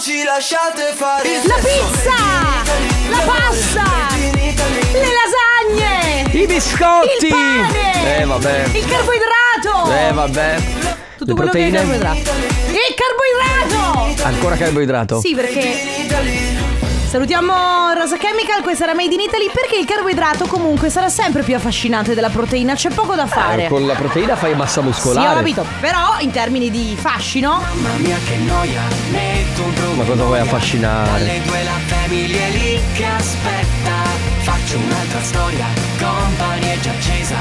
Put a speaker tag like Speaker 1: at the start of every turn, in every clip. Speaker 1: ci lasciate fare il
Speaker 2: La
Speaker 1: sesso.
Speaker 2: pizza! La pasta! Le lasagne!
Speaker 3: I biscotti!
Speaker 2: Il pane!
Speaker 3: Eh vabbè.
Speaker 2: Il carboidrato!
Speaker 3: Eh vabbè.
Speaker 2: Tutto
Speaker 3: Le
Speaker 2: quello che è
Speaker 3: proteine?
Speaker 2: carboidrato. Il carboidrato!
Speaker 3: Ancora Eh, carboidrato?
Speaker 2: Sì, perché. Salutiamo Rosa Chemical, questa era Made in Italy perché il carboidrato comunque sarà sempre più affascinante della proteina, c'è poco da fare.
Speaker 3: Eh, Con la proteina fai massa
Speaker 2: Sì,
Speaker 3: muscolare.
Speaker 2: ho capito, però in termini di fascino,
Speaker 1: Mamma mia che noia, metto un profumo
Speaker 3: Ma cosa vuoi affascinare?
Speaker 1: Alle due la famiglia è lì che aspetta Faccio un'altra storia, compagnie è già accesa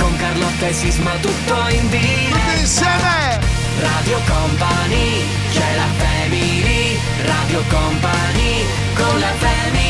Speaker 1: Con Carlotta e Sisma tutto in diretta Radio Company, c'è la family Radio Company, con la family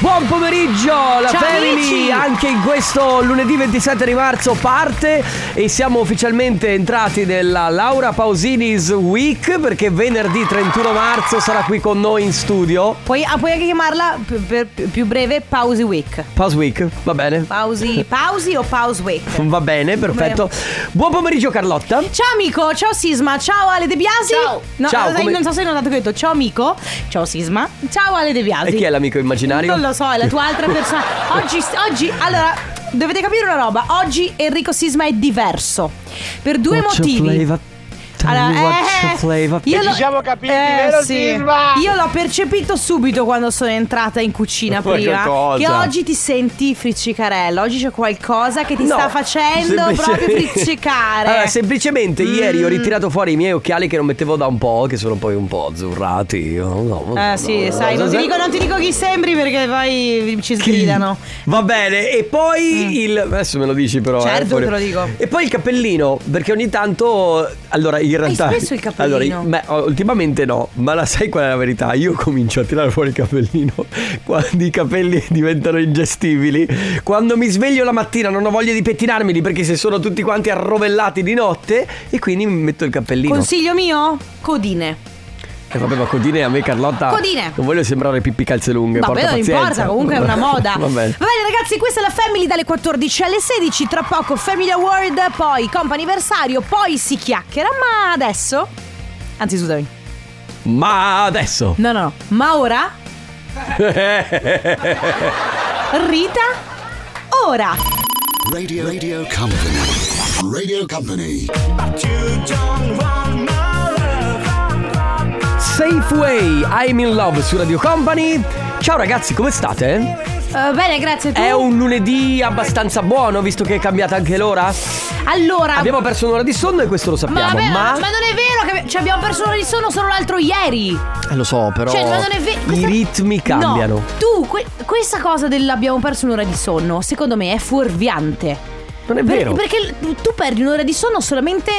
Speaker 3: Buon pomeriggio, la
Speaker 2: Ciao,
Speaker 3: Family!
Speaker 2: amici!
Speaker 3: Anche in questo lunedì 27 di marzo parte e siamo ufficialmente entrati nella Laura Pausini's Week perché venerdì 31 marzo sarà qui con noi in studio.
Speaker 2: puoi, ah, puoi anche chiamarla più, per- più breve Pausi Week.
Speaker 3: Pause Week, va bene?
Speaker 2: Pausi, pausi o Pause Week?
Speaker 3: Va bene, perfetto. Buon pomeriggio Carlotta.
Speaker 2: Ciao amico, ciao Sisma, ciao Ale De Biasi. Ciao. No,
Speaker 3: Ciao,
Speaker 2: sai,
Speaker 3: come-
Speaker 2: non so se hai notato che ho detto ciao amico, ciao Sisma, ciao Ale De Biasi.
Speaker 3: E chi è l'amico immaginario?
Speaker 2: Non lo so, è la tua altra persona. Oggi, oggi allora, dovete capire una roba. Oggi Enrico Sisma è diverso. Per due
Speaker 3: What's your
Speaker 2: motivi. eh,
Speaker 3: flavor? Tell me what's your flavor?
Speaker 2: io lo-
Speaker 4: siamo capiti,
Speaker 2: eh,
Speaker 4: vero,
Speaker 2: sì.
Speaker 4: Silva?
Speaker 2: Io l'ho percepito subito quando sono entrata in cucina
Speaker 3: Ma che
Speaker 2: prima.
Speaker 3: cosa?
Speaker 2: Che oggi ti senti friccicarello. Oggi c'è qualcosa che ti
Speaker 3: No,
Speaker 2: sta facendo proprio
Speaker 3: semplicemente-
Speaker 2: friccicare.
Speaker 3: Allora, semplicemente ieri ho ritirato fuori i miei occhiali che non mettevo da un po', che sono poi un po' azzurrati. Io non so,
Speaker 2: Eh
Speaker 3: Oh, no,
Speaker 2: sì,
Speaker 3: no,
Speaker 2: sai,
Speaker 3: no,
Speaker 2: non ti,
Speaker 3: sai-
Speaker 2: dico, non ti dico chi sembri perché poi ci sgridano. Mm.
Speaker 3: Va bene, e poi il. Adesso me lo dici, però. eh,
Speaker 2: Certo
Speaker 3: fuori-
Speaker 2: che te lo dico.
Speaker 3: E poi il cappellino, perché ogni tanto. Allora, in realtà.
Speaker 2: spesso il cappellino?
Speaker 3: Allora, beh, ultimamente no, ma la sai qual è la verità? Io comincio a tirare fuori il cappellino quando i capelli diventano ingestibili. Quando mi sveglio la mattina non ho voglia di pettinarmeli perché se sono tutti quanti arrovellati di notte e quindi mi metto il cappellino.
Speaker 2: Consiglio mio? Codine.
Speaker 3: E vabbè, ma codine a me, Carlotta.
Speaker 2: Codine.
Speaker 3: Non voglio sembrare pippi calze lunghe.
Speaker 2: Vabbè,
Speaker 3: porta
Speaker 2: non
Speaker 3: pazienza.
Speaker 2: importa, comunque è una moda.
Speaker 3: Va bene.
Speaker 2: ragazzi, questa è la Family dalle 14 alle 16. Tra poco Family Award, poi comp'anniversario, poi si chiacchiera. Ma adesso. Anzi, scusami.
Speaker 3: Ma adesso.
Speaker 2: No, no, no. Ma ora. Rita, ora.
Speaker 5: Radio Radio Company. Radio Company.
Speaker 3: Safeway, I'm in love su Radio Company. Ciao ragazzi, come state?
Speaker 2: Eh, bene, grazie. Tu.
Speaker 3: È un lunedì abbastanza buono visto che è cambiata anche l'ora?
Speaker 2: Allora.
Speaker 3: Abbiamo perso un'ora di sonno e questo lo sappiamo.
Speaker 2: Ma,
Speaker 3: Ma,
Speaker 2: vabbè, ma... non è vero che abbi- ci abbiamo perso l'ora di sonno solo l'altro ieri.
Speaker 3: Eh, lo so, però
Speaker 2: Cioè, ma non è vero.
Speaker 3: i ritmi cambiano.
Speaker 2: tu, que- questa cosa dell'abbiamo perso un'ora di sonno, secondo me è fuorviante.
Speaker 3: Non è
Speaker 2: Per-
Speaker 3: vero.
Speaker 2: perché l- tu perdi un'ora di sonno solamente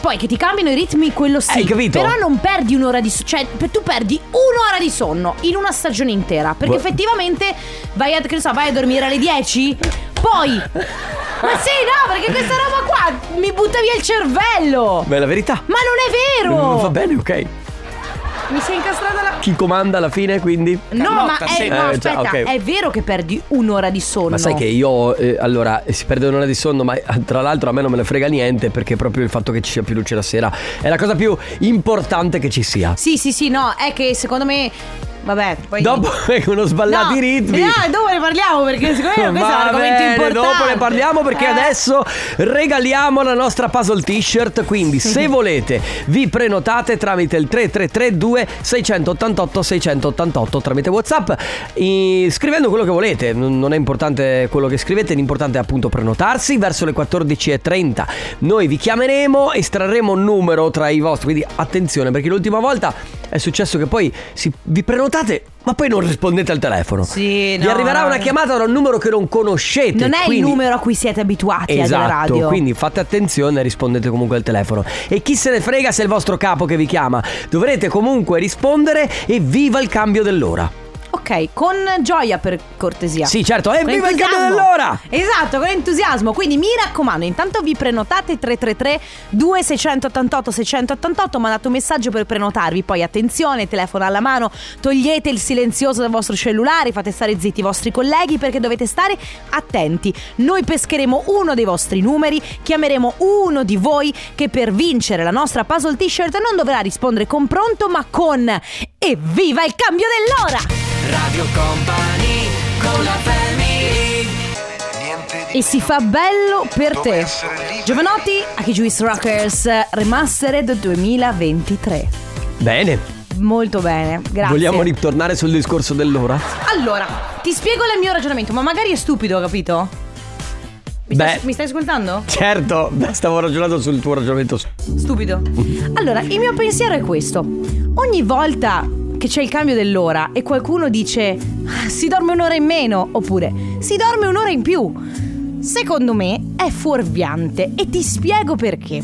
Speaker 2: poi che ti cambiano i ritmi, quello sì.
Speaker 3: Hai capito?
Speaker 2: Però non perdi un'ora di sonno. Cioè, per- tu perdi un'ora di sonno in una stagione intera. Perché
Speaker 3: Boh.
Speaker 2: effettivamente vai a, che ne so, vai a dormire alle 10. Poi. Ma sì, no, perché questa roba qua mi butta via il cervello.
Speaker 3: Beh, la verità.
Speaker 2: Ma non è vero!
Speaker 3: Va bene, ok.
Speaker 2: Mi sei incastrata la.
Speaker 3: Chi comanda alla fine, quindi?
Speaker 2: No, ma è,
Speaker 3: sì.
Speaker 2: no,
Speaker 3: Eh, già,
Speaker 2: aspetta,
Speaker 3: ok.
Speaker 2: è vero che perdi un'ora di sonno.
Speaker 3: Ma sai che io, eh, allora, si perde un'ora di sonno, ma eh, tra l'altro a me non me ne frega niente perché proprio il fatto che ci sia più luce la sera è la cosa più importante che ci sia.
Speaker 2: Sì, sì, sì, no, è che secondo me. Vabbè, poi.
Speaker 3: Dopo uno sballati
Speaker 2: No,
Speaker 3: ritmi.
Speaker 2: eh, dopo ne parliamo perché secondo me Eh, questo è un
Speaker 3: Va
Speaker 2: argomento
Speaker 3: bene,
Speaker 2: importante.
Speaker 3: Dopo ne parliamo perché
Speaker 2: Eh.
Speaker 3: adesso regaliamo la nostra puzzle t-shirt. Quindi, se volete, vi prenotate tramite il 3332 688 688 tramite WhatsApp, eh, scrivendo quello che volete. Non non è importante quello che scrivete, l'importante è appunto prenotarsi. Verso le 14.30 noi vi chiameremo, estrarremo un numero tra i vostri. Quindi attenzione, perché l'ultima volta è successo che poi si- vi prenotate, ma poi non rispondete al telefono.
Speaker 2: Sì,
Speaker 3: Vi
Speaker 2: no,
Speaker 3: arriverà
Speaker 2: no,
Speaker 3: una
Speaker 2: no.
Speaker 3: chiamata da un numero che non conoscete.
Speaker 2: Non è il
Speaker 3: quindi-
Speaker 2: numero a cui siete abituati alla
Speaker 3: Esatto,
Speaker 2: radio.
Speaker 3: quindi fate attenzione e rispondete comunque al telefono. E chi se ne frega se è il vostro capo che vi chiama. Dovrete comunque rispondere e viva il cambio dell'ora.
Speaker 2: Ok, Ok, con gioia per cortesia.
Speaker 3: Sì, certo. E
Speaker 2: Con
Speaker 3: viva il cambio
Speaker 2: entusiasmo.
Speaker 3: dell'ora!
Speaker 2: Esatto, con entusiasmo. Quindi mi raccomando, intanto vi prenotate 333 2688 688, mandate un messaggio per prenotarvi. Poi attenzione, telefono alla mano, togliete il silenzioso dal vostro cellulare, fate stare zitti i vostri colleghi perché dovete stare attenti. Noi pescheremo uno dei vostri numeri, chiameremo uno di voi che per vincere la nostra puzzle t-shirt non dovrà rispondere con pronto, ma con evviva il cambio dell'ora!
Speaker 1: Radio Company con la family
Speaker 2: E si fa bello per te. Giovanotti, Aki Juice Rockers, Remastered 2023.
Speaker 3: Bene,
Speaker 2: Molto bene, grazie.
Speaker 3: vogliamo ritornare sul discorso dell'ora?
Speaker 2: Allora, ti spiego il mio ragionamento, ma magari è stupido, capito? Mi,
Speaker 3: Beh.
Speaker 2: stai, mi stai ascoltando?
Speaker 3: Certo, beh, stavo ragionando sul tuo ragionamento.
Speaker 2: Stupido. Allora, il mio pensiero è questo. Ogni volta che c'è il cambio dell'ora e qualcuno dice "Ah, si dorme un'ora in meno oppure si dorme un'ora in più, secondo me è fuorviante e ti spiego perché.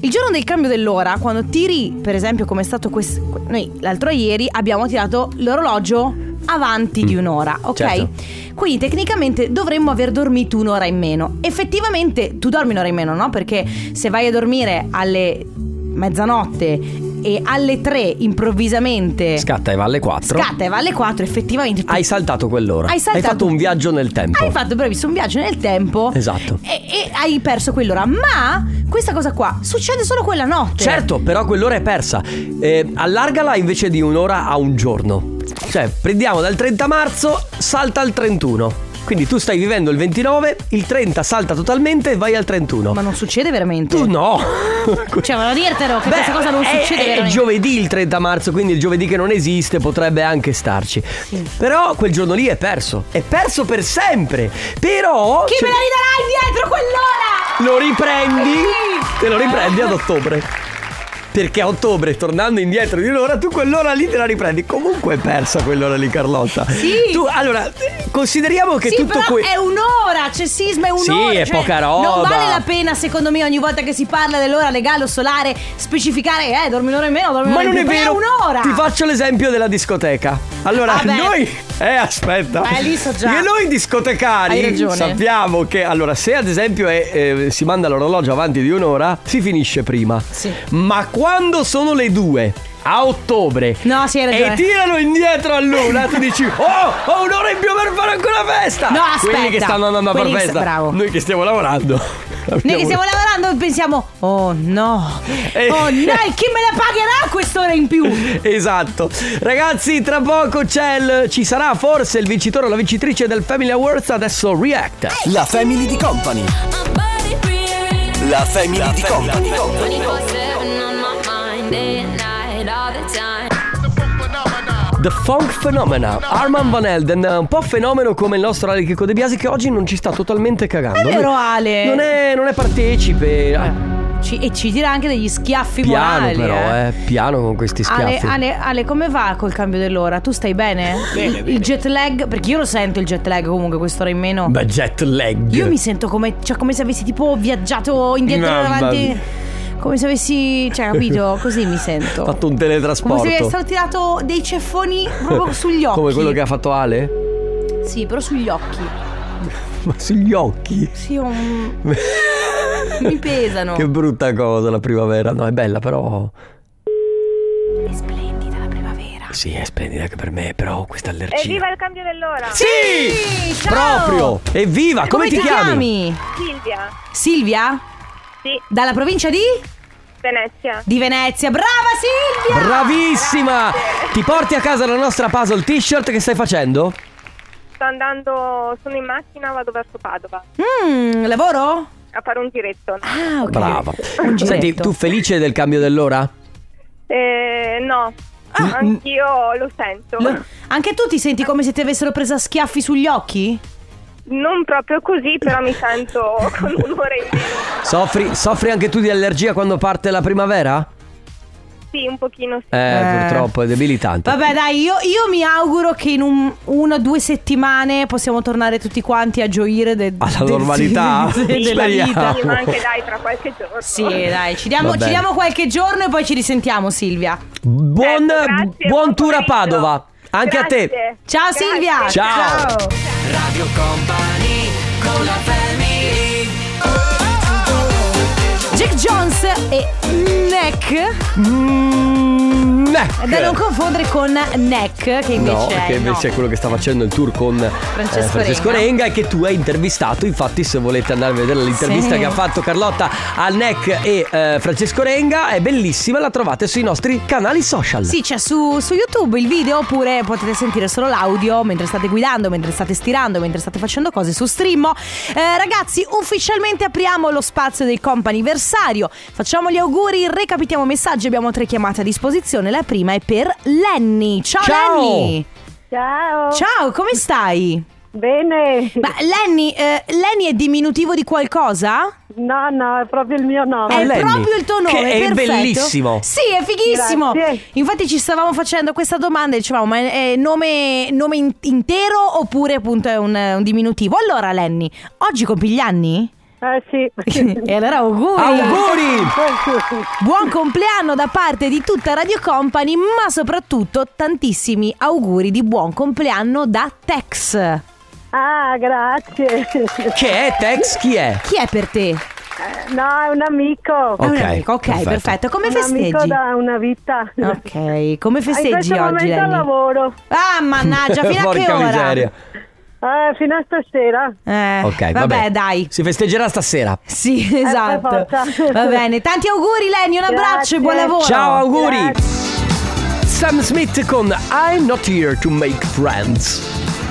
Speaker 2: Il giorno del cambio dell'ora, quando tiri, per esempio, come è stato questo. Noi l'altro ieri abbiamo tirato l'orologio avanti di un'ora, ok?
Speaker 3: certo.
Speaker 2: Quindi tecnicamente dovremmo aver dormito un'ora in meno. Effettivamente tu dormi un'ora in meno, no? Perché se vai a dormire alle mezzanotte e alle 3 improvvisamente
Speaker 3: Scatta e va alle 4.
Speaker 2: scatta e va alle 4, effettivamente tu
Speaker 3: Hai saltato quell'ora.
Speaker 2: Hai saltato-
Speaker 3: fatto un viaggio nel tempo.
Speaker 2: Hai fatto bravissimo un viaggio nel tempo.
Speaker 3: Esatto.
Speaker 2: E, e hai perso quell'ora. Ma questa cosa qua succede solo quella notte.
Speaker 3: Certo, però quell'ora è persa. Eh, allargala invece di un'ora a un giorno. Cioè, prendiamo dal 30 marzo, salta al 31. Quindi tu stai vivendo il 29, il 30 salta totalmente e vai al 31.
Speaker 2: Ma non succede veramente.
Speaker 3: tu no!
Speaker 2: Cioè, voglio dirtelo che
Speaker 3: Beh,
Speaker 2: questa cosa non
Speaker 3: è,
Speaker 2: succede
Speaker 3: è
Speaker 2: veramente.
Speaker 3: giovedì il 30 marzo, quindi il giovedì che non esiste potrebbe anche starci. Però quel giorno lì è perso. È perso per sempre. Però.
Speaker 2: Chi
Speaker 3: cioè,
Speaker 2: me la ridarai indietro quell'ora?
Speaker 3: lo riprendi?
Speaker 2: Sì.
Speaker 3: Te lo riprendi ad ottobre. Perché a ottobre, tornando indietro di un'ora, tu quell'ora lì te la riprendi. Comunque è persa quell'ora lì, Carlotta.
Speaker 2: Sì.
Speaker 3: Tu, allora, eh, consideriamo che
Speaker 2: sì,
Speaker 3: tutto
Speaker 2: però
Speaker 3: que-
Speaker 2: è un'ora, c'è sisma, è un'ora.
Speaker 3: Sì, è
Speaker 2: cioè,
Speaker 3: poca
Speaker 2: Non
Speaker 3: roba.
Speaker 2: vale la pena, secondo me, ogni volta che si parla dell'ora legale o solare, specificare, eh, dormi un'ora in meno, dormi
Speaker 3: Ma
Speaker 2: un'ora in
Speaker 3: non è
Speaker 2: più. Però
Speaker 3: vero.
Speaker 2: È un'ora.
Speaker 3: Ti faccio l'esempio della discoteca. Allora,
Speaker 2: Vabbè.
Speaker 3: noi. Eh, aspetta.
Speaker 2: Eh, lì so già.
Speaker 3: Che noi
Speaker 2: Hai
Speaker 3: discotecari
Speaker 2: ragione.
Speaker 3: sappiamo che. Allora, se ad esempio è, eh, si manda l'orologio avanti di un'ora, si finisce prima.
Speaker 2: Sì.
Speaker 3: Ma quando sono le due? A ottobre.
Speaker 2: No, sì, hai ragione.
Speaker 3: E tirano indietro all'una, tu dici, oh, ho un'ora in più per fare ancora festa.
Speaker 2: No, aspetta.
Speaker 3: Quelli che stanno andando a far
Speaker 2: Quelli che
Speaker 3: festa.
Speaker 2: sta- bravo.
Speaker 3: Noi che stiamo lavorando.
Speaker 2: Noi che
Speaker 3: Abbiamo-
Speaker 2: stiamo lavorando pensiamo, oh no,
Speaker 3: Eh.
Speaker 2: oh no, e chi me la pagherà quest'ora in più?
Speaker 3: Esatto. Ragazzi, tra poco c'è il, ci sarà forse il vincitore o la vincitrice del Family Awards, adesso React.
Speaker 4: La family di company. La family di company.
Speaker 3: The Funk Phenomena. Arman Van Elden, un po' fenomeno come il nostro Ale Chicco De Biasi che oggi non ci sta totalmente cagando.
Speaker 2: È vero, eh.
Speaker 3: Non-
Speaker 2: Ale.
Speaker 3: Non è, non è partecipe. Ah,
Speaker 2: Ci- e ci dirà anche degli schiaffi
Speaker 3: Piano
Speaker 2: morali.
Speaker 3: però, eh. piano con questi
Speaker 2: Ale,
Speaker 3: schiaffi.
Speaker 2: Ale, Ale, come va col cambio dell'ora? Tu stai bene? il, il jet lag? Perché io lo sento il jet lag comunque quest'ora in meno.
Speaker 3: Beh, jet lag.
Speaker 2: Io mi sento come, cioè, come se avessi tipo viaggiato indietro e
Speaker 3: Mamma
Speaker 2: davanti.
Speaker 3: mia.
Speaker 2: Come se avessi, cioè, capito? Così mi sento.
Speaker 3: Ho fatto
Speaker 2: Esatto. come se
Speaker 3: un
Speaker 2: mi
Speaker 3: teletrasporto.
Speaker 2: avessero tirato dei ceffoni proprio sugli occhi.
Speaker 3: Come quello che ha fatto Ale?
Speaker 2: Sì, però sugli occhi.
Speaker 3: Ma sugli occhi.
Speaker 2: Sì, ho un- mi pesano.
Speaker 3: Che brutta cosa la primavera. No, è bella però.
Speaker 2: È splendida la primavera.
Speaker 3: Sì, è splendida anche per me, però questa allergia.
Speaker 6: Evviva il cambio dell'ora!
Speaker 3: Sì!
Speaker 2: Sì, ciao!
Speaker 3: Proprio! Evviva! Come,
Speaker 2: Come, ti
Speaker 3: chiami?
Speaker 2: chiami?
Speaker 6: Silvia,
Speaker 2: Silvia?
Speaker 6: Sì.
Speaker 2: Dalla provincia di?
Speaker 6: Venezia.
Speaker 2: Di Venezia. Brava Silvia!
Speaker 3: Bravissima! Ti porti a casa la nostra puzzle t-shirt che stai facendo?
Speaker 6: Sto andando, sono in macchina, vado verso Padova
Speaker 2: Mm, lavoro?
Speaker 6: a fare un giretto.
Speaker 2: Ah, ok.
Speaker 3: Brava.
Speaker 2: Un giretto.
Speaker 3: Senti, tu felice del cambio dell'ora?
Speaker 6: Eh, no, anch'io lo sento.
Speaker 2: Lo- Anche tu ti senti come se ti avessero preso a schiaffi sugli occhi?
Speaker 6: Non proprio così, però mi sento con un'ora in meno.
Speaker 3: Soffri, soffri anche tu di allergia quando parte la primavera?
Speaker 6: Sì, un pochino sì.
Speaker 3: Eh,
Speaker 2: Eh.
Speaker 3: purtroppo è debilitante.
Speaker 2: Vabbè dai, io, io mi auguro che in un- una o due settimane possiamo tornare tutti quanti a gioire de-
Speaker 3: Alla
Speaker 2: del-
Speaker 3: normalità?
Speaker 2: della vita.
Speaker 3: Speriamo.
Speaker 6: Sì, ma anche dai, tra qualche giorno. Ecco.
Speaker 2: Sì, dai, ci diamo,
Speaker 3: Va
Speaker 2: ci
Speaker 3: bene.
Speaker 2: diamo qualche giorno e poi ci risentiamo Silvia.
Speaker 3: Buon,
Speaker 6: Ecco, grazie,
Speaker 3: buon
Speaker 6: buon
Speaker 3: tour a
Speaker 6: pomeriggio.
Speaker 3: Padova! Anche a te.
Speaker 6: Grazie.
Speaker 2: Ciao
Speaker 6: Grazie.
Speaker 2: Silvia.
Speaker 3: Ciao.
Speaker 1: Radio Company con la family
Speaker 2: Jack Jones e Neck.
Speaker 3: Mm, neck.
Speaker 2: Da non confondere con Neck, che invece
Speaker 3: No,
Speaker 2: è.
Speaker 3: che invece è quello che sta facendo il tour con eh,
Speaker 2: Francesco
Speaker 3: Francesco
Speaker 2: Renga.
Speaker 3: Renga e che tu hai intervistato. Infatti, se volete andare a vedere l'intervista
Speaker 2: Sì.
Speaker 3: che ha fatto Carlotta al NEC e eh, Francesco Renga, è bellissima, la trovate sui nostri canali social.
Speaker 2: Sì, c'è su, su YouTube il video oppure potete sentire solo l'audio mentre state guidando, mentre state stirando, mentre state facendo cose su Streammo. Eh, ragazzi, ufficialmente apriamo lo spazio del companiversario. Facciamo gli auguri, recapitiamo messaggi, abbiamo tre chiamate a disposizione. La prima è per Lenny. Ciao,
Speaker 3: Ciao.
Speaker 2: Lenny!
Speaker 6: Ciao.
Speaker 2: Ciao, come stai?
Speaker 6: Bene.
Speaker 2: Ma Lenny, eh, Lenny è diminutivo di qualcosa?
Speaker 6: No, no, è proprio il mio nome.
Speaker 3: Ah,
Speaker 2: È
Speaker 3: Lenny,
Speaker 2: proprio il tuo nome,
Speaker 3: che è
Speaker 2: perfetto.
Speaker 3: bellissimo.
Speaker 2: Sì, è fighissimo.
Speaker 6: Grazie.
Speaker 2: Infatti ci stavamo facendo questa domanda e dicevamo, ma è nome, nome in- intero oppure appunto è un, un diminutivo? Allora Lenny, oggi compi gli anni?
Speaker 6: Eh sì.
Speaker 2: e allora auguri.
Speaker 3: Auguri!
Speaker 2: Buon compleanno da parte di tutta Radio Company, ma soprattutto tantissimi auguri di buon compleanno da Tex.
Speaker 6: ah, grazie.
Speaker 3: Che è Tex? Chi è?
Speaker 2: Chi è per te?
Speaker 6: No, è un amico.
Speaker 2: È un
Speaker 3: Ok,
Speaker 2: amico, ok, perfetto.
Speaker 3: perfetto.
Speaker 2: Come
Speaker 6: un amico
Speaker 2: festeggi?
Speaker 6: da una vita.
Speaker 2: Ok, come
Speaker 6: In
Speaker 2: festeggi
Speaker 6: questo
Speaker 2: oggi?
Speaker 6: momento
Speaker 2: Lenny?
Speaker 6: lavoro.
Speaker 2: Ah, mannaggia, fino a che
Speaker 3: Porca
Speaker 2: ora?
Speaker 3: miseria.
Speaker 6: Eh, fino a stasera.
Speaker 2: Eh,
Speaker 3: Ok,
Speaker 2: vabbè,
Speaker 3: vabbè,
Speaker 2: dai.
Speaker 3: Si festeggerà stasera.
Speaker 2: Sì,
Speaker 6: Eh, per
Speaker 2: esatto.
Speaker 6: forza.
Speaker 2: Va bene, tanti auguri Lenny, un abbraccio e
Speaker 6: Grazie.
Speaker 2: buon lavoro.
Speaker 3: Ciao, auguri.
Speaker 6: Grazie.
Speaker 3: Sam Smith con I'm not here to make friends.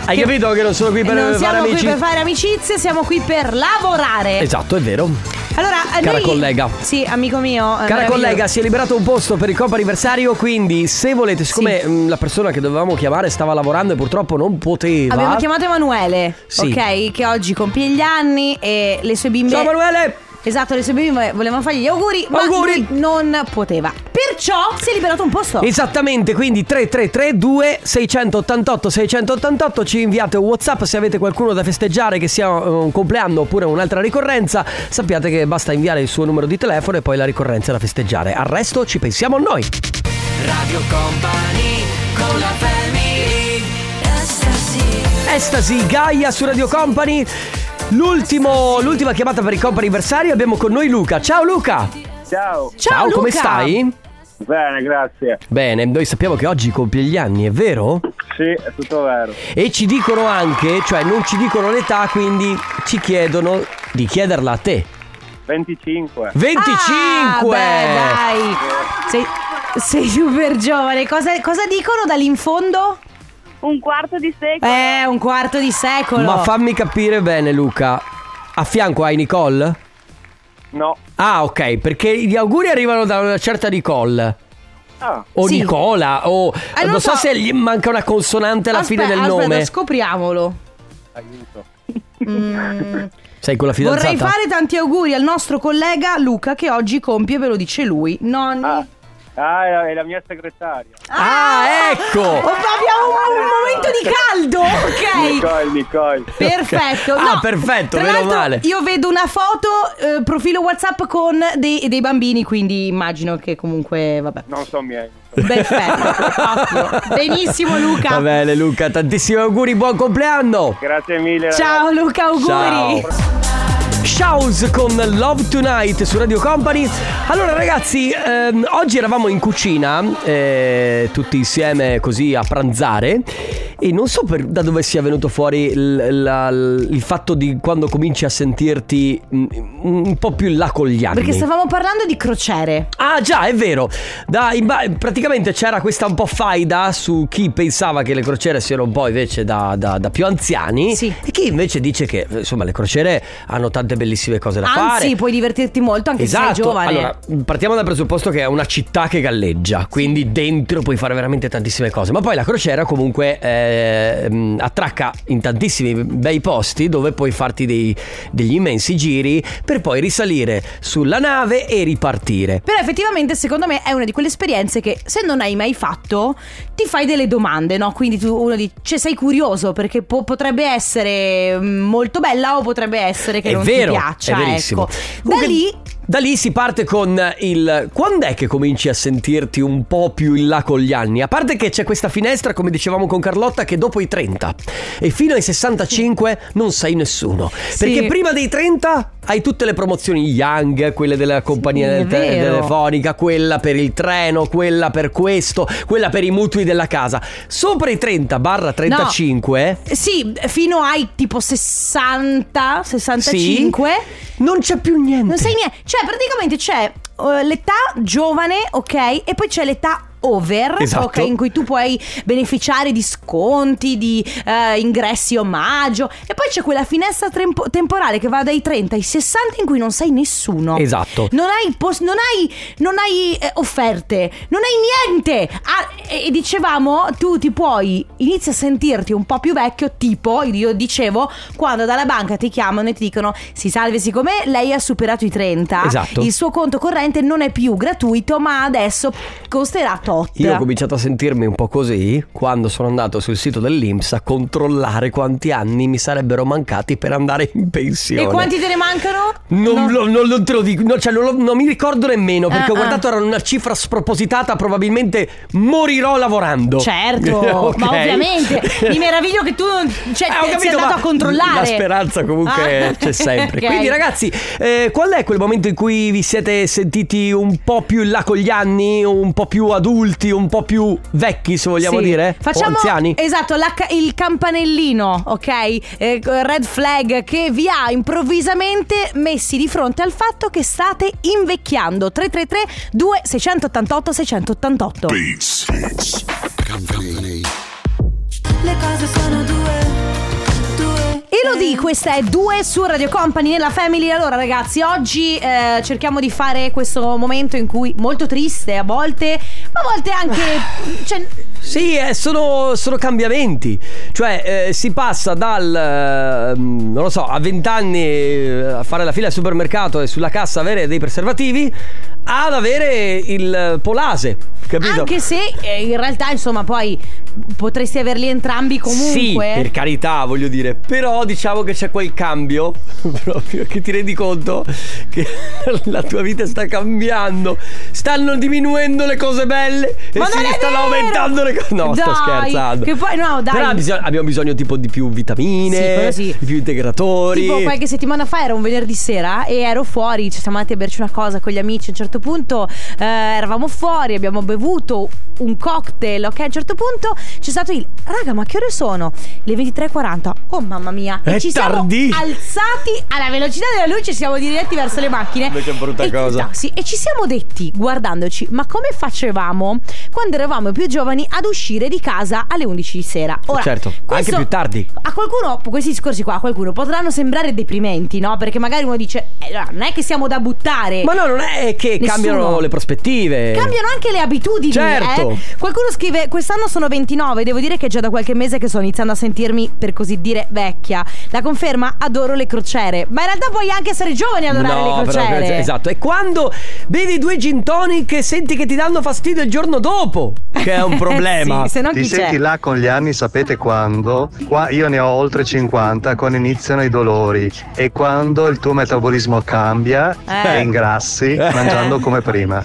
Speaker 3: Hai capito che non sono qui per
Speaker 2: eh, non
Speaker 3: fare
Speaker 2: siamo
Speaker 3: amici?
Speaker 2: qui per fare amicizie, siamo qui per lavorare.
Speaker 3: Esatto, è vero.
Speaker 2: Allora, eh,
Speaker 3: Cara
Speaker 2: noi-
Speaker 3: collega.
Speaker 2: Sì, amico mio. eh,
Speaker 3: Cara
Speaker 2: meraviglioso.
Speaker 3: collega, si è liberato un posto per il compo anniversario, quindi se volete, siccome
Speaker 2: Sì.
Speaker 3: mh, la persona che dovevamo chiamare stava lavorando e purtroppo non poteva.
Speaker 2: Abbiamo chiamato Emanuele,
Speaker 3: Sì.
Speaker 2: ok? Che oggi compie gli anni e le sue bimbe.
Speaker 3: Ciao Emanuele!
Speaker 2: Esatto, le sue bimbe volevano fargli gli auguri, ma
Speaker 3: Auguri.
Speaker 2: lui non poteva. Perciò si è liberato un posto.
Speaker 3: Esattamente, quindi 3332 688 688 ci inviate un WhatsApp se avete qualcuno da festeggiare che sia eh, un compleanno oppure un'altra ricorrenza, sappiate che basta inviare il suo numero di telefono e poi la ricorrenza è da festeggiare. Al resto ci pensiamo noi.
Speaker 1: Radio Company con la family
Speaker 3: Estasi Gaia su Radio Company. L'ultimo, l'ultima chiamata per il compo anniversario abbiamo con noi Luca. Ciao Luca!
Speaker 7: Ciao,
Speaker 3: Ciao, come
Speaker 2: Luca.
Speaker 3: stai?
Speaker 7: bene, grazie.
Speaker 3: Bene, noi sappiamo che oggi compie gli anni, è vero?
Speaker 7: Sì, è tutto vero.
Speaker 3: E ci dicono anche, cioè non ci dicono l'età, quindi ci chiedono di chiederla a te.
Speaker 7: 25.
Speaker 3: 25!
Speaker 2: Ah, beh, dai. Sei, sei super giovane. Cosa, cosa dicono dall'infondo?
Speaker 6: Un quarto di secolo.
Speaker 2: Eh, un quarto di secolo.
Speaker 3: Ma fammi capire bene Luca, a fianco hai Nicole?
Speaker 7: No.
Speaker 3: Ah ok, perché gli auguri arrivano da una certa Nicole.
Speaker 7: Ah,
Speaker 3: O
Speaker 2: Sì. Eh,
Speaker 3: Nicola, o...
Speaker 2: non
Speaker 3: non so
Speaker 2: so.
Speaker 3: se gli manca una consonante alla
Speaker 2: Aspe-
Speaker 3: fine del
Speaker 2: aspetta,
Speaker 3: nome.
Speaker 2: scopriamolo.
Speaker 7: aiuto.
Speaker 3: Sei con la fidanzata?
Speaker 2: Vorrei fare tanti auguri al nostro collega Luca che oggi compie, ve lo dice lui. Nonni.
Speaker 7: Ah, ah, è la- è la mia segretaria.
Speaker 3: Ah, ecco!
Speaker 2: Oh,
Speaker 6: Eh.
Speaker 2: abbiamo un, un momento di caldo. Ok.
Speaker 7: Nicole, Nicole.
Speaker 2: Perfetto,
Speaker 3: Ah,
Speaker 2: no,
Speaker 3: perfetto,
Speaker 2: tra
Speaker 3: meno
Speaker 2: l'altro
Speaker 3: male.
Speaker 2: Io vedo una foto, eh, profilo WhatsApp con dei, dei bambini, quindi immagino che comunque, vabbè.
Speaker 7: Non so miei.
Speaker 2: Perfetto, ottimo. benissimo Luca.
Speaker 3: Va bene Luca, tantissimi auguri, buon compleanno!
Speaker 7: Grazie mille.
Speaker 2: Ciao Luca, auguri.
Speaker 3: Shouse con Love Tonight su Radio Company. Allora, ragazzi, ehm, oggi eravamo in cucina, eh, tutti insieme così a pranzare. E non so per- da dove sia venuto fuori il, la- il fatto di quando cominci a sentirti mm, un po' più in là con gli anni.
Speaker 2: Perché stavamo parlando di crociere.
Speaker 3: Ah già, è vero. Da- in ba- praticamente c'era questa un po' faida su chi pensava che le crociere siano un po' invece da, da- da più anziani
Speaker 2: Sì.
Speaker 3: e chi invece dice che insomma le crociere hanno tante bellissime cose da fare.
Speaker 2: Anzi, puoi divertirti molto anche se sei
Speaker 3: Esatto,
Speaker 2: giovane.
Speaker 3: allora partiamo dal presupposto che è una città che galleggia, quindi dentro puoi fare veramente tantissime cose, ma poi la crociera comunque eh, mh, attracca in tantissimi bei posti dove puoi farti dei- degli immensi giri per poi risalire sulla nave e ripartire.
Speaker 2: Però effettivamente secondo me è una di quelle esperienze che se non hai mai fatto ti fai delle domande, no? Quindi tu uno dice, cioè sei curioso perché po- potrebbe essere mm, molto bella o potrebbe essere che
Speaker 3: È
Speaker 2: non
Speaker 3: vero,
Speaker 2: ti piaccia.
Speaker 3: è verissimo.
Speaker 2: Ecco. Da
Speaker 3: Comunque-
Speaker 2: lì
Speaker 3: Da lì si parte con il quando è che cominci a sentirti un po' più in là con gli anni? A parte che c'è questa finestra, come dicevamo con Carlotta, che dopo i 30 e fino ai 65 non sei nessuno. Perché prima dei 30 hai tutte le promozioni Young, quelle della compagnia
Speaker 2: è
Speaker 3: te-
Speaker 2: vero.
Speaker 3: telefonica, quella per il treno, quella per questo, quella per i mutui della casa. Sopra i 30 barra 35
Speaker 2: Sì, fino ai tipo 60, 65.
Speaker 3: Sì, non c'è più niente.
Speaker 2: Non sai niente. Cioè, praticamente c'è eh, l'età giovane, ok, e poi c'è l'età over,
Speaker 3: Esatto.
Speaker 2: ok, in cui tu puoi beneficiare di sconti, di eh, ingressi omaggio. E poi c'è quella finestra tempo- temporale che va dai 30 ai 60 in cui non sei nessuno.
Speaker 3: Esatto.
Speaker 2: Non hai, pos- non hai, non hai, eh, offerte, non hai niente. Ah, e e dicevamo, tu ti puoi, inizi a sentirti un po' più vecchio, tipo, io dicevo, quando dalla banca ti chiamano e ti dicono, si salve, siccome lei ha superato i 30,
Speaker 3: Esatto.
Speaker 2: il suo conto corrente non è più gratuito, ma adesso costerà tot.
Speaker 3: Io ho cominciato a sentirmi un po' così quando sono andato sul sito dell'Inps a controllare quanti anni mi sarebbero mancati per andare in pensione.
Speaker 2: e quanti te ne mancano?
Speaker 3: eh, Non,
Speaker 2: No.
Speaker 3: lo- non lo- te lo dico, no, cioè, non, lo- non mi ricordo nemmeno perché
Speaker 2: Ah,
Speaker 3: ho guardato, era una cifra spropositata. Probabilmente morirò lavorando.
Speaker 2: Certo,
Speaker 3: Ok.
Speaker 2: ma ovviamente mi meraviglio che tu non cioè,
Speaker 3: Eh, ho
Speaker 2: sei
Speaker 3: capito,
Speaker 2: andato
Speaker 3: ma
Speaker 2: a controllare.
Speaker 3: La speranza comunque
Speaker 2: Ah.
Speaker 3: c'è sempre.
Speaker 2: Ok.
Speaker 3: Quindi, ragazzi, eh, qual è quel momento in cui vi siete sentiti un po' più in là con gli anni, un po' più adulti, un po' più vecchi, se vogliamo
Speaker 2: Sì.
Speaker 3: dire?
Speaker 2: Facciamo
Speaker 3: O anziani?
Speaker 2: Esatto, la ca- il campanellino, ok? Eh, red flag che vi ha improvvisamente messi di fronte al fatto che state invecchiando. 333 2688 688.
Speaker 5: Beats. Beats. Company.
Speaker 8: Le cose sono due, due.
Speaker 2: Elodie, questa è 2 su Radio Company nella Family. Allora, ragazzi, oggi eh, cerchiamo di fare questo momento in cui molto triste a volte, ma a volte anche. cioè,
Speaker 3: Sì, eh, sono, sono cambiamenti. Cioè, eh, si passa dal, eh, mm, non lo so, a 20 anni eh, a fare la fila al supermercato e sulla cassa avere dei preservativi ad avere il eh, polase, capito?
Speaker 2: anche se eh, in realtà, insomma, poi potresti averli entrambi comunque.
Speaker 3: Sì, per carità, voglio dire, però diciamo che c'è quel cambio proprio che ti rendi conto che la tua vita sta cambiando, stanno diminuendo le cose belle
Speaker 2: Ma
Speaker 3: e si
Speaker 2: non è
Speaker 3: stanno
Speaker 2: vero!
Speaker 3: aumentando le cose. No, sto
Speaker 2: Dai,
Speaker 3: scherzando.
Speaker 2: che poi- no, dai.
Speaker 3: Però bisog- abbiamo bisogno tipo di più
Speaker 2: Sì,
Speaker 3: vitamine,
Speaker 2: quello sì.
Speaker 3: di più integratori.
Speaker 2: Tipo qualche settimana fa era un venerdì sera e ero fuori, ci siamo andati a berci una cosa con gli amici, a un certo punto eh, eravamo fuori, abbiamo bevuto un cocktail, ok? A un certo punto c'è stato il raga, ma che ore sono? Le 23:40. Oh mamma mia,
Speaker 3: È
Speaker 2: e ci
Speaker 3: tardi.
Speaker 2: siamo alzati alla velocità della luce, ci siamo diretti verso le macchine.
Speaker 3: Ma che brutta
Speaker 2: E-
Speaker 3: cosa.
Speaker 2: no, sì, e ci siamo detti guardandoci, ma come facevamo quando eravamo più giovani ad uscire di casa alle 11 di sera? Ora,
Speaker 3: Certo, anche più tardi.
Speaker 2: a qualcuno, questi discorsi qua, a qualcuno potranno sembrare deprimenti, no? Perché magari uno dice, "Eh, no, non è che siamo da buttare.
Speaker 3: Ma no, non è che
Speaker 2: Nessuno.
Speaker 3: cambiano le prospettive.
Speaker 2: Cambiano anche le abitudini.
Speaker 3: Certo.
Speaker 2: eh. Qualcuno scrive: Quest'anno sono 29. Devo dire che è già da qualche mese che sto iniziando a sentirmi, per così dire, vecchia. La conferma: adoro le crociere. Ma in realtà puoi anche essere giovane ad adorare
Speaker 3: No,
Speaker 2: le
Speaker 3: però-
Speaker 2: crociere.
Speaker 3: esatto. E quando bevi due gin tonic e senti che ti danno fastidio il giorno dopo, che è un problema.
Speaker 2: Eh sì, se no
Speaker 9: Ti
Speaker 2: chi
Speaker 9: senti
Speaker 2: c'è?
Speaker 9: là con gli anni, sapete quando? Qua io ne ho oltre 50, quando iniziano i dolori e quando il tuo metabolismo cambia
Speaker 2: Eh.
Speaker 9: e ingrassi
Speaker 3: Eh.
Speaker 9: mangiando come prima.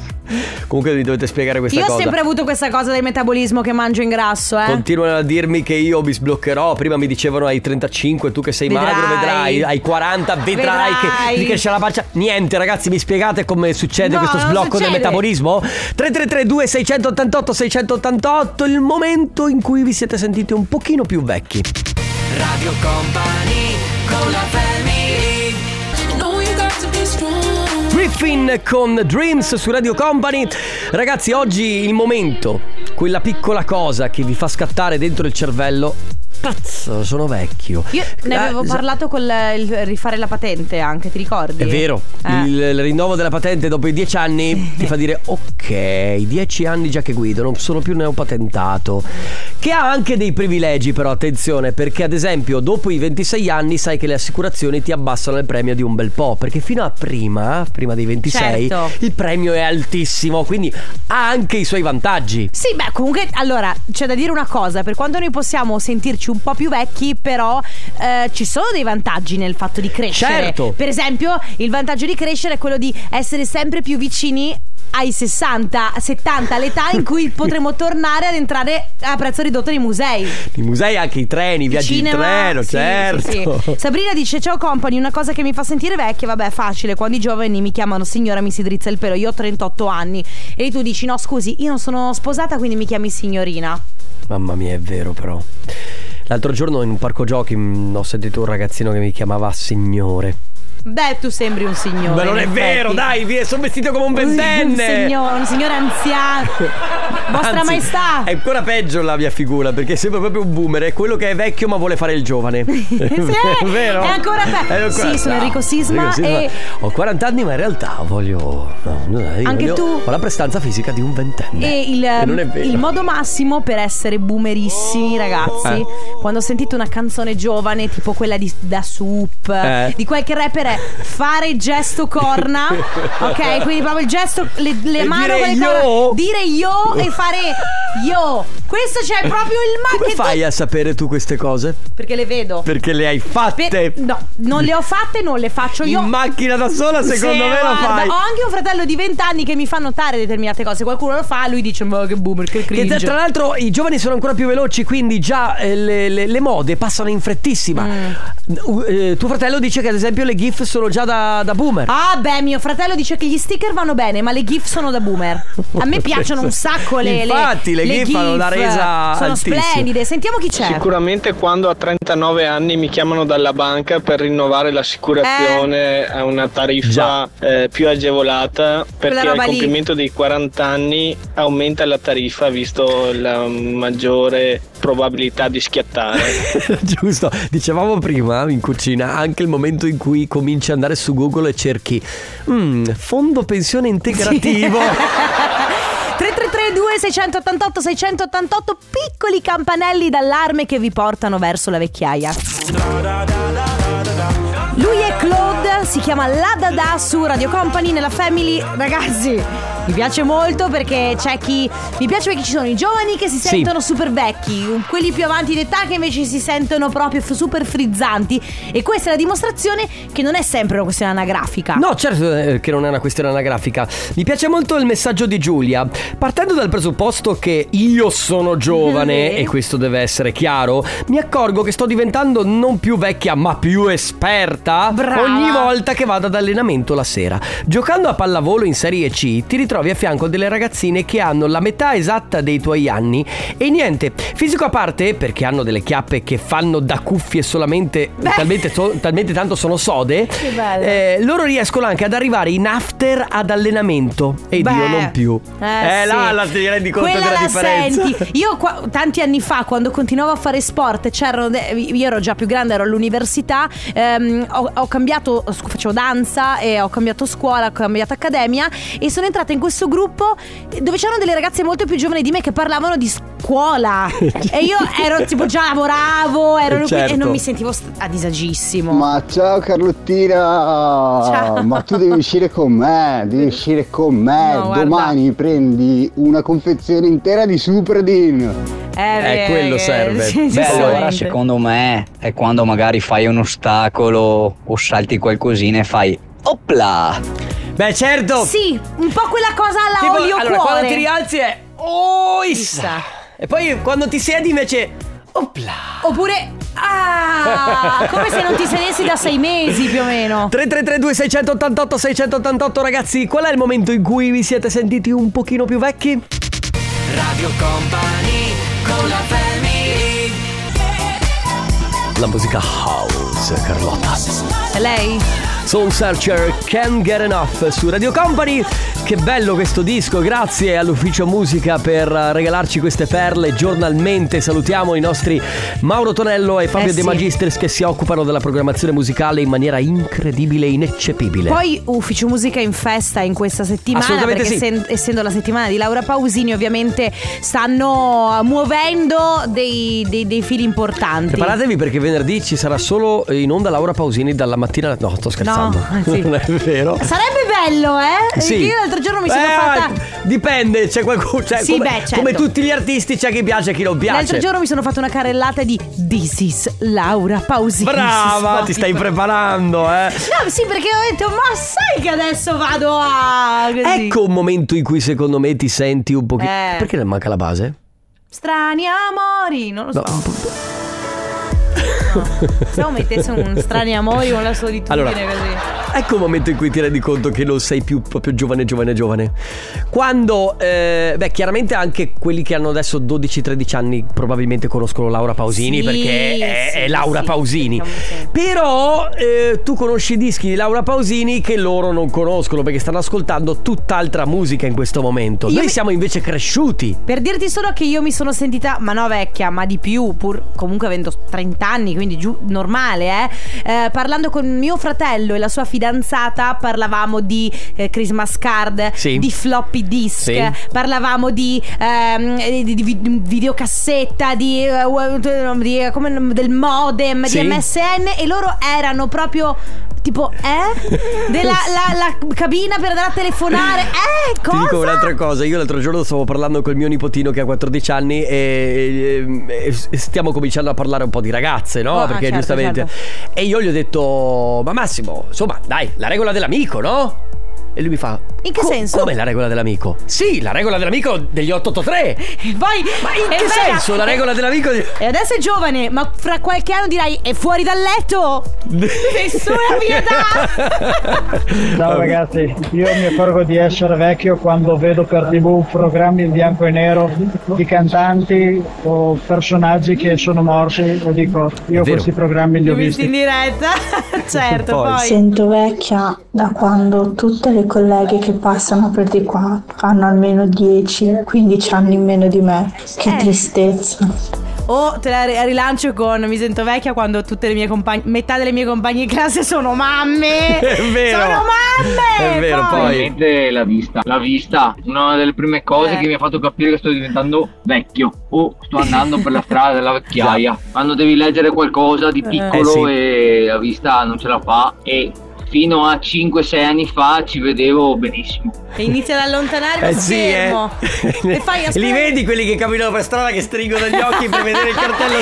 Speaker 3: Comunque vi dovete spiegare questa
Speaker 2: Io ho
Speaker 3: cosa.
Speaker 2: sempre avuto questa cosa del metabolismo che mangio in grasso, eh.
Speaker 3: Continuano a dirmi che io mi sbloccherò. Prima mi dicevano ai 35, tu che sei magro,
Speaker 2: Vedrai.
Speaker 3: vedrai. Ai 40, vedrai,
Speaker 2: Vedrai.
Speaker 3: Che, di che c'è la pancia. Niente, ragazzi, mi spiegate come succede
Speaker 2: No,
Speaker 3: questo
Speaker 2: non
Speaker 3: sblocco del
Speaker 2: succede.
Speaker 3: metabolismo? 3332 688 688 il momento in cui vi siete sentiti un pochino più vecchi.
Speaker 1: Radio Company con la family
Speaker 8: Know you got to be strong.
Speaker 3: Griffin con Dreams su Radio Company. Ragazzi, oggi il momento, quella piccola cosa che vi fa scattare dentro il cervello. Cazzo, sono vecchio.
Speaker 2: Io ne
Speaker 3: Ah,
Speaker 2: avevo
Speaker 3: sa-
Speaker 2: parlato con il, il rifare la patente anche, ti ricordi?
Speaker 3: È vero,
Speaker 2: Eh.
Speaker 3: il, il rinnovo della patente dopo i dieci anni ti fa dire ok, dieci anni già che guido, non sono più neopatentato. che ha anche dei privilegi però, attenzione, perché ad esempio dopo i 26 anni sai che le assicurazioni ti abbassano il premio di un bel po', perché fino a prima, prima dei 26,
Speaker 2: Certo.
Speaker 3: il premio è altissimo, quindi ha anche i suoi vantaggi.
Speaker 2: Sì, beh, comunque, allora, c'è da dire una cosa, per quanto noi possiamo sentirci un po' più vecchi, però eh, ci sono dei vantaggi nel fatto di crescere.
Speaker 3: Certo.
Speaker 2: Per esempio, il vantaggio di crescere è quello di essere sempre più vicini ai 60, 70, l'età in cui potremo tornare ad entrare a prezzo ridotto nei musei.
Speaker 3: I musei, anche i treni, i viaggi
Speaker 2: Cinema,
Speaker 3: in treno,
Speaker 2: sì,
Speaker 3: certo.
Speaker 2: sì, sì. Sabrina dice: Ciao company, una cosa che mi fa sentire vecchia, vabbè, è facile. Quando i giovani mi chiamano signora, mi si drizza il pelo, io ho 38 anni. E tu dici: No, scusi, io non sono sposata, quindi mi chiami signorina.
Speaker 3: Mamma mia, è vero però. L'altro giorno in un parco giochi mh, ho sentito un ragazzino che mi chiamava signore.
Speaker 2: Beh, tu sembri un signore.
Speaker 3: Ma non è
Speaker 2: in
Speaker 3: vero,
Speaker 2: effetti.
Speaker 3: dai, vi- sono vestito come un
Speaker 2: Un
Speaker 3: ventenne.
Speaker 2: signore, un signore anziano. Vostra
Speaker 3: Anzi,
Speaker 2: maestà.
Speaker 3: È ancora peggio la mia figura perché sembra proprio un boomer. È quello che è vecchio ma vuole fare il giovane.
Speaker 2: Sì,
Speaker 3: è vero?
Speaker 2: è ancora pe-
Speaker 3: È ancora-
Speaker 2: Sì, sono
Speaker 3: no,
Speaker 2: Enrico Sisma e-
Speaker 3: Ho 40 anni, ma in realtà voglio. no, no, io
Speaker 2: Anche
Speaker 3: voglio-
Speaker 2: tu?
Speaker 3: Ho la prestanza fisica di un ventenne.
Speaker 2: E il, mm, ehm,
Speaker 3: non è vero.
Speaker 2: il modo massimo per essere boomerissimi, ragazzi.
Speaker 3: Eh.
Speaker 2: Quando sentite una canzone giovane, tipo quella di Da Soup,
Speaker 3: Eh.
Speaker 2: di qualche rapper, è fare il gesto corna. ok, quindi proprio il gesto, le, le
Speaker 3: E
Speaker 2: mani
Speaker 3: dire
Speaker 2: con le
Speaker 3: yo.
Speaker 2: corna. Dire yo e fare yo. Questo c'è proprio il ma
Speaker 3: Come
Speaker 2: che
Speaker 3: fai a sapere tu queste cose?
Speaker 2: tu- Perché le vedo.
Speaker 3: Perché le hai fatte.
Speaker 2: Per- no, non le ho fatte, non le faccio io.
Speaker 3: In macchina da sola, secondo
Speaker 2: Sì,
Speaker 3: me lo
Speaker 2: guarda, oh,
Speaker 3: fai.
Speaker 2: Ho anche un fratello di 20 anni che mi fa notare determinate cose. Qualcuno lo fa, lui dice: Ma che boomer, che
Speaker 3: Che
Speaker 2: cringe.
Speaker 3: tra- tra l'altro i giovani sono ancora più veloci, quindi già eh, le, le- le mode passano in frettissima.
Speaker 2: Mm.
Speaker 3: Uh, eh, tuo fratello dice che ad esempio le GIF sono già da, da boomer.
Speaker 2: Ah beh, mio fratello dice che gli sticker vanno bene, ma le GIF sono da boomer. A me piacciono un sacco le
Speaker 3: Infatti, le GIF hanno una resa
Speaker 2: Sono
Speaker 3: altissima.
Speaker 2: splendide. Sentiamo chi c'è.
Speaker 7: Sicuramente quando a 39 anni mi chiamano dalla banca per rinnovare l'assicurazione
Speaker 2: Eh.
Speaker 7: a una tariffa eh, più agevolata perché al
Speaker 2: roba lì.
Speaker 7: compimento dei 40 anni aumenta la tariffa visto la maggiore probabilità di schiattare.
Speaker 3: Giusto, dicevamo prima in cucina anche il momento in cui cominci ad andare su Google e cerchi "Mm, fondo pensione integrativo.
Speaker 2: 3332 688 688 piccoli campanelli d'allarme che vi portano verso la vecchiaia. Lui è Claude, si chiama La Dada su Radio Company nella Family. Ragazzi, mi piace molto perché c'è chi. Mi piace perché ci sono i giovani che si
Speaker 3: Sì.
Speaker 2: sentono super vecchi, quelli più avanti d'età che invece si sentono proprio f- super frizzanti. E questa è la dimostrazione che non è sempre una questione anagrafica.
Speaker 3: No, certo eh, che non è una questione anagrafica. Mi piace molto il messaggio di Giulia. Partendo dal presupposto che io sono giovane,
Speaker 2: Sì.
Speaker 3: e questo deve essere chiaro, mi accorgo che sto diventando non più vecchia ma più esperta
Speaker 2: Brava.
Speaker 3: ogni volta che vado ad allenamento la sera. Giocando a pallavolo in Serie C ti ritrovi a fianco delle ragazzine che hanno la metà esatta dei tuoi anni e niente, fisico a parte perché hanno delle chiappe che fanno da cuffie solamente, talmente, so- talmente tanto sono sode.
Speaker 2: Che bello.
Speaker 3: Eh, loro riescono anche ad arrivare in after ad allenamento. E
Speaker 2: Beh,
Speaker 3: io non più.
Speaker 2: Eh, sì.
Speaker 3: là, là ti rendi conto
Speaker 2: Quella
Speaker 3: della
Speaker 2: la
Speaker 3: differenza.
Speaker 2: senti. Io qua- tanti anni fa, quando continuavo a fare sport, c'erano de- io ero già più grande, ero all'università. ehm, ho, ho cambiato, scu- facevo danza e ho cambiato scuola, ho cambiato accademia. E sono entrata in questo gruppo dove c'erano delle ragazze molto più giovani di me che parlavano di scuola. e io ero tipo già lavoravo, ero qui-
Speaker 3: Certo.
Speaker 2: e non mi sentivo st- a disagissimo.
Speaker 10: Ma ciao Carlottina!
Speaker 2: Ciao.
Speaker 10: Ah, Ma tu devi uscire con me, devi uscire con me.
Speaker 2: No, guarda.
Speaker 10: Eh, Domani prendi una confezione intera di Superdin.
Speaker 3: Eh,
Speaker 2: beh,
Speaker 3: quello
Speaker 2: che-
Speaker 3: serve.
Speaker 2: sì,
Speaker 3: Beh,
Speaker 2: giustamente.
Speaker 11: Allora, secondo me è quando magari fai un ostacolo o salti qualcosina e fai opla.
Speaker 3: Beh, certo.
Speaker 2: Sì, un po' quella cosa alla
Speaker 3: Tipo,
Speaker 2: olio
Speaker 3: allora,
Speaker 2: cuore.
Speaker 3: quando ti rialzi è. Oh, issa.
Speaker 2: Issa.
Speaker 3: E poi quando ti siedi invece. Opla.
Speaker 2: Oppure. Ah! Come se non ti sedessi da sei mesi più o meno.
Speaker 3: 3332 688 688 ragazzi, qual è il momento in cui vi siete sentiti un pochino più vecchi?
Speaker 1: Radio Company con la family
Speaker 3: La musica house, Carlotta.
Speaker 2: Lei?
Speaker 3: Soul Searcher Can't Get Enough su Radio Company. Che bello questo disco, grazie all'ufficio musica per eh, regalarci queste perle giornalmente. Salutiamo i nostri Mauro Tonello e Fabio
Speaker 2: Eh
Speaker 3: De
Speaker 2: sì.
Speaker 3: Magistris che si occupano della programmazione musicale in maniera incredibile e ineccepibile.
Speaker 2: Poi Ufficio Musica è in festa in questa settimana
Speaker 3: Assolutamente
Speaker 2: perché
Speaker 3: sì.
Speaker 2: essen- essendo la settimana di Laura Pausini ovviamente stanno eh, muovendo dei, dei- dei fili importanti.
Speaker 3: Preparatevi perché venerdì ci sarà solo eh, in onda Laura Pausini dalla mattina. alla- No, sto scherzando.
Speaker 2: sì.
Speaker 3: non è vero.
Speaker 2: Sarebbe bello, eh?
Speaker 3: Sì.
Speaker 2: Io l'altro giorno mi sono
Speaker 3: Eh,
Speaker 2: fatta
Speaker 3: Dipende, c'è qualcuno. Cioè,
Speaker 2: Sì,
Speaker 3: come,
Speaker 2: beh, certo.
Speaker 3: come tutti gli artisti, c'è chi piace e chi non piace.
Speaker 2: L'altro giorno mi sono fatta una carellata di This is Laura Pausini.
Speaker 3: Brava,
Speaker 2: su Spotify.
Speaker 3: ti stai preparando, eh.
Speaker 2: No, sì, perché ho detto, ma sai che adesso vado a. Così.
Speaker 3: Ecco un momento in cui secondo me ti senti un pochino.
Speaker 2: Eh.
Speaker 3: Perché non manca la base?
Speaker 2: Strani amori, non lo so.
Speaker 3: No, un po'-
Speaker 2: Se no mettesse un strani amori con la solitudine
Speaker 3: Allora.
Speaker 2: così.
Speaker 3: Ecco un momento in cui ti rendi conto che non sei più proprio giovane, giovane, giovane. Quando, eh, beh, chiaramente anche quelli che hanno adesso 12-13 anni probabilmente conoscono Laura Pausini
Speaker 12: Sì,
Speaker 3: perché è,
Speaker 12: sì,
Speaker 3: è Laura
Speaker 12: sì,
Speaker 3: Pausini.
Speaker 12: diciamo sì.
Speaker 3: Però eh, tu conosci i dischi di Laura Pausini che loro non conoscono perché stanno ascoltando tutt'altra musica in questo momento.
Speaker 2: Io
Speaker 3: Noi
Speaker 2: mi-
Speaker 3: siamo invece cresciuti.
Speaker 2: Per dirti solo che io mi sono sentita, ma no vecchia, ma di più, pur comunque avendo 30 anni, quindi giù normale, eh, eh, parlando con mio fratello e la sua fidanzata, parlavamo di eh, Christmas card,
Speaker 13: Sì.
Speaker 2: di floppy disk,
Speaker 13: Sì.
Speaker 2: parlavamo di, ehm, eh, di- di vi- di videocassetta, di, eh, w- di- eh, come- del modem,
Speaker 13: Sì.
Speaker 2: di MSN e loro erano proprio tipo, eh? Della la, la cabina per andare a telefonare, eh?
Speaker 3: Ti
Speaker 2: Cosa?
Speaker 3: dico un'altra cosa, io l'altro giorno stavo parlando col mio nipotino che ha 14 anni e, e- e stiamo cominciando a parlare un po' di ragazze, no?
Speaker 12: Oh, ah,
Speaker 3: Perché
Speaker 12: certo,
Speaker 3: giustamente... E io gli ho detto, ma Massimo, insomma, dai, la regola dell'amico, no? E lui mi fa...
Speaker 2: In che senso?
Speaker 3: Come la regola dell'amico? Sì, la regola dell'amico degli 883.
Speaker 2: E Poi, ma in
Speaker 3: che senso la regola dell'amico di-
Speaker 2: E adesso è giovane, ma fra qualche anno dirai è fuori dal letto! Nessuna pietà!
Speaker 14: Ciao ragazzi, io mi accorgo di essere vecchio quando vedo per tv programmi in bianco e nero di cantanti o personaggi che sono morti e dico io questi programmi li ho
Speaker 2: Visti in
Speaker 14: visti.
Speaker 2: diretta, certo, poi.
Speaker 15: Sento vecchia da quando tutte le colleghe che passano per di qua hanno almeno 10-15 anni in meno di me. Che
Speaker 2: Eh.
Speaker 15: tristezza.
Speaker 2: O te la ri- rilancio con mi sento vecchia quando tutte le mie compagne, metà delle mie compagne in classe sono mamme!
Speaker 3: È vero.
Speaker 2: Sono mamme!
Speaker 3: È vero, poi.
Speaker 16: Probabilmente la vista. La vista, una delle prime cose
Speaker 2: Eh.
Speaker 16: che mi ha fatto capire che sto diventando vecchio o sto andando per la strada della vecchiaia. Quando devi leggere qualcosa di
Speaker 17: Eh.
Speaker 16: piccolo
Speaker 17: Eh,
Speaker 16: e la vista non ce la fa e fino a 5-6 anni fa ci vedevo benissimo.
Speaker 2: E inizi Eh, ad allontanare lo
Speaker 16: Eh sì, eh.
Speaker 2: schermo. E fai aspetta.
Speaker 3: Li vedi quelli che camminano per strada che stringono gli occhi per vedere il cartello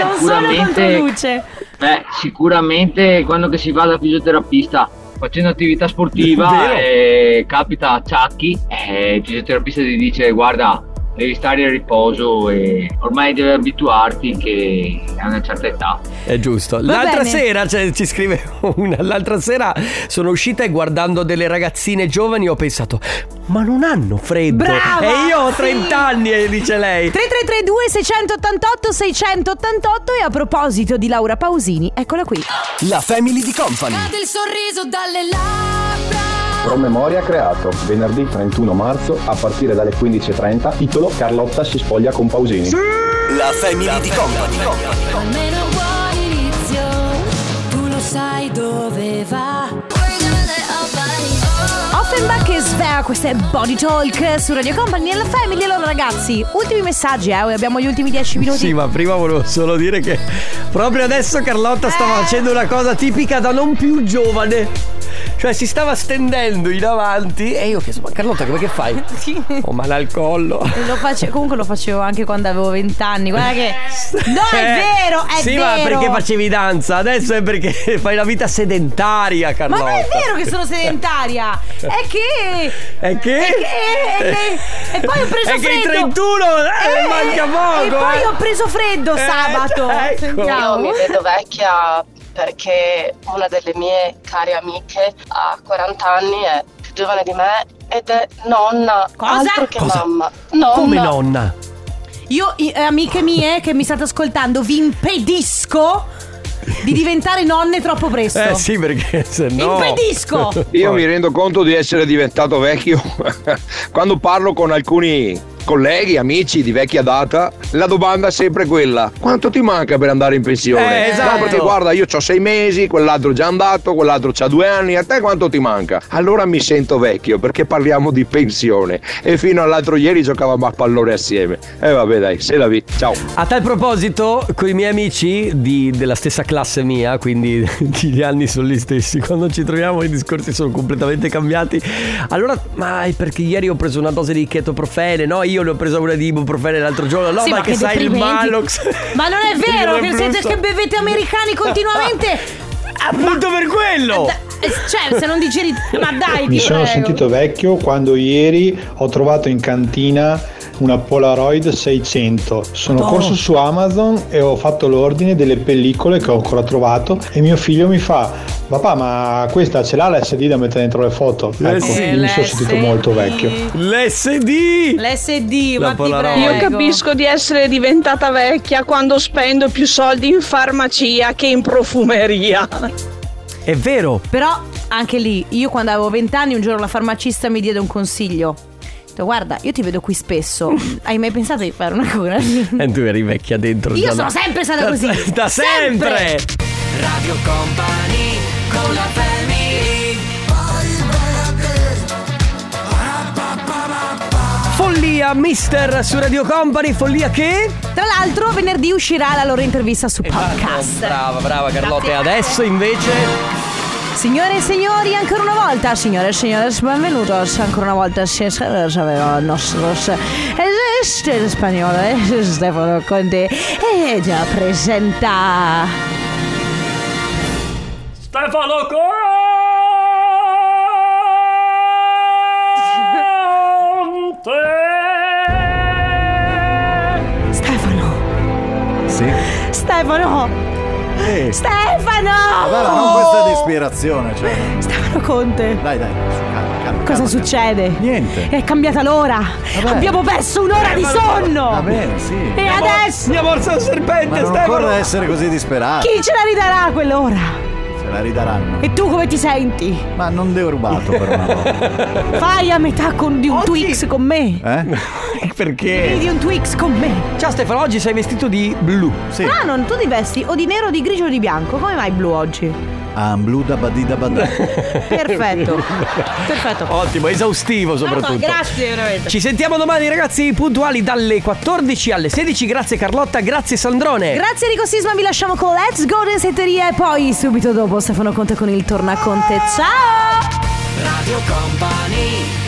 Speaker 2: E non sono controluce.
Speaker 16: Beh, sicuramente quando che si va da fisioterapista facendo attività sportiva
Speaker 3: Vero.
Speaker 16: eh, capita a Ciacchi eh, il fisioterapista ti dice guarda devi stare a riposo e ormai devi abituarti che a una certa età.
Speaker 3: È giusto.
Speaker 16: Va
Speaker 3: L'altra
Speaker 16: bene.
Speaker 3: sera cioè, ci scrive una. L'altra sera sono uscita e guardando delle ragazzine giovani ho pensato, ma non hanno freddo.
Speaker 2: Brava,
Speaker 3: e io ho
Speaker 2: sì.
Speaker 3: 30 anni, eh, dice lei.
Speaker 2: 3332 688 688 e a proposito di Laura Pausini, eccola qui.
Speaker 4: La family di company.
Speaker 8: Cade il sorriso dalle labbra.
Speaker 18: Promemoria creato venerdì 31 marzo a partire dalle 15.30 titolo Carlotta si spoglia con Pausini.
Speaker 4: La family di company.
Speaker 8: Almeno un buon inizio, tu lo sai dove va.
Speaker 2: Offenbach e Svea, questo è Body Talk su Radio Company nella Family. Allora ragazzi, ultimi messaggi, eh, abbiamo gli ultimi 10 minuti.
Speaker 3: Sì, ma prima volevo solo dire che proprio adesso Carlotta sta
Speaker 2: Eh.
Speaker 3: facendo una cosa tipica da non più giovane. Cioè si stava stendendo in avanti e io ho chiesto, ma Carlotta come che fai? Oh, Ho male al collo.
Speaker 2: Lo face- comunque lo facevo anche quando avevo 20 anni. Guarda che. No, è
Speaker 3: Eh,
Speaker 2: vero, è
Speaker 3: sì, ma
Speaker 2: vero.
Speaker 3: perché facevi danza? Adesso è perché fai una vita sedentaria,
Speaker 2: Ma
Speaker 3: Carlotta.
Speaker 2: non è vero che sono sedentaria! È che. È
Speaker 3: È che?
Speaker 2: che- è che- e poi ho preso
Speaker 3: È che il
Speaker 2: freddo.
Speaker 3: 31, eh, manca poco,
Speaker 2: E poi
Speaker 3: eh.
Speaker 2: ho preso freddo
Speaker 3: Eh,
Speaker 2: sabato.
Speaker 3: ecco.
Speaker 19: Io mi
Speaker 2: Sentiamo.
Speaker 19: vedo vecchia perché una delle mie care amiche ha 40 anni, è più giovane di me ed è nonna, altro che
Speaker 3: Cosa?
Speaker 19: mamma. Nonna.
Speaker 3: Come nonna?
Speaker 2: Io, i- eh, amiche mie che mi state ascoltando, vi impedisco di diventare nonne troppo presto.
Speaker 3: Eh sì, perché se no.
Speaker 2: Impedisco!
Speaker 12: Io mi rendo conto di essere diventato vecchio quando parlo con alcuni colleghi, amici di vecchia data, la domanda è sempre quella: quanto ti manca per andare in pensione?
Speaker 3: Eh, esatto.
Speaker 12: No, perché guarda, io ho sei mesi, quell'altro è già andato, quell'altro c'ha due anni, a te quanto ti manca? Allora mi sento vecchio perché parliamo di pensione. E fino all'altro ieri giocavamo a pallone assieme. E vabbè, dai, se la vi. Ciao.
Speaker 3: A tal proposito, con i miei amici di- della stessa classe mia, quindi gli anni sono gli stessi, quando ci troviamo i discorsi sono completamente cambiati. Allora, ma è perché ieri ho preso una dose di chetoprofene, no? Io ne ho presa una di ibuprofene l'altro giorno, no?
Speaker 2: Sì,
Speaker 3: ma,
Speaker 2: ma
Speaker 3: che,
Speaker 2: che
Speaker 3: sai il
Speaker 2: deprimenti.
Speaker 3: Malox.
Speaker 2: Ma non è vero,
Speaker 3: Io
Speaker 2: che
Speaker 3: ne
Speaker 2: siete
Speaker 3: brucio.
Speaker 2: che bevete americani continuamente.
Speaker 3: Appunto per quello!
Speaker 2: Eh, Cioè, se non digeri. Ma dai,
Speaker 14: Mi
Speaker 2: ti
Speaker 14: sono
Speaker 2: prego.
Speaker 14: sentito vecchio quando ieri ho trovato in cantina una Polaroid 600. Sono
Speaker 13: Madonna.
Speaker 14: corso su Amazon e ho fatto l'ordine delle pellicole che ho ancora trovato e mio figlio mi fa papà ma questa ce l'ha l'SD da mettere dentro le foto?
Speaker 3: Eh
Speaker 14: Ecco,
Speaker 3: sì.
Speaker 14: io mi sono sentito
Speaker 3: LSD.
Speaker 14: molto vecchio.
Speaker 3: L'SD!
Speaker 2: L'SD,
Speaker 3: La
Speaker 2: ma ti
Speaker 3: Polaroid.
Speaker 2: prego.
Speaker 17: Io capisco di essere diventata vecchia quando spendo più soldi in farmacia che in profumeria.
Speaker 3: È vero.
Speaker 2: Però anche lì, io quando avevo vent'anni, un giorno la farmacista mi diede un consiglio. Ho detto, Guarda, io ti vedo qui spesso. Hai mai pensato di fare una cura?
Speaker 3: E tu eri vecchia dentro.
Speaker 2: Io
Speaker 3: già
Speaker 2: sono
Speaker 3: da-
Speaker 2: sempre stata
Speaker 3: da-
Speaker 2: così.
Speaker 3: Da sempre!
Speaker 1: Radio Company con la family.
Speaker 3: Follia, mister, su Radio Company, follia che...
Speaker 2: Tra l'altro, venerdì uscirà la loro intervista su podcast.
Speaker 3: Brava, brava Carlotta. E adesso invece...
Speaker 2: Signore e signori, ancora una volta, signore e signori, benvenuti ancora una volta a il nostro esiste spagnolo, eh, Stefano Conte, e già presenta...
Speaker 1: Stefano
Speaker 2: Stefano!
Speaker 20: Sì.
Speaker 2: Stefano!
Speaker 20: Sì.
Speaker 2: Stefano!
Speaker 20: Ah, Guarda, non questa è ispirazione, cioè.
Speaker 2: Stefano Conte!
Speaker 20: Dai, dai, su, calma, calma.
Speaker 2: Cosa succede? Niente. È cambiata l'ora. Abbiamo perso un'ora
Speaker 20: Eh,
Speaker 2: di
Speaker 20: ma-
Speaker 2: sonno.
Speaker 20: Va bene, sì.
Speaker 2: E
Speaker 20: Andiamo-
Speaker 2: adesso.
Speaker 3: Mi ha morso un
Speaker 20: Ma
Speaker 3: serpente,
Speaker 20: non occorre essere così disperati.
Speaker 2: Chi ce la ridarà quell'ora?
Speaker 20: Ah. Ce la ridaranno.
Speaker 2: E tu come ti senti?
Speaker 20: Ma non devo rubato per una volta.
Speaker 2: Fai a metà con- di un Twix con me.
Speaker 20: Eh?
Speaker 2: Vedi
Speaker 20: Perché?
Speaker 2: un Twix con me.
Speaker 3: Ciao Stefano, oggi sei vestito di blu. Sì.
Speaker 2: Ah, non, tu ti vesti o di nero, o di grigio o di bianco. Come mai blu oggi?
Speaker 20: Ah, un blu da badida badà.
Speaker 2: Perfetto. Perfetto.
Speaker 3: Ottimo, esaustivo soprattutto.
Speaker 2: Grazie, veramente.
Speaker 3: Ci sentiamo domani ragazzi puntuali dalle 14 alle 16. Grazie Carlotta, grazie Sandrone.
Speaker 2: Grazie Rico Sisma, vi lasciamo con Let's Go Densetteria e poi subito dopo Stefano Conte con il Tornaconte. Ciao!
Speaker 1: Radio Company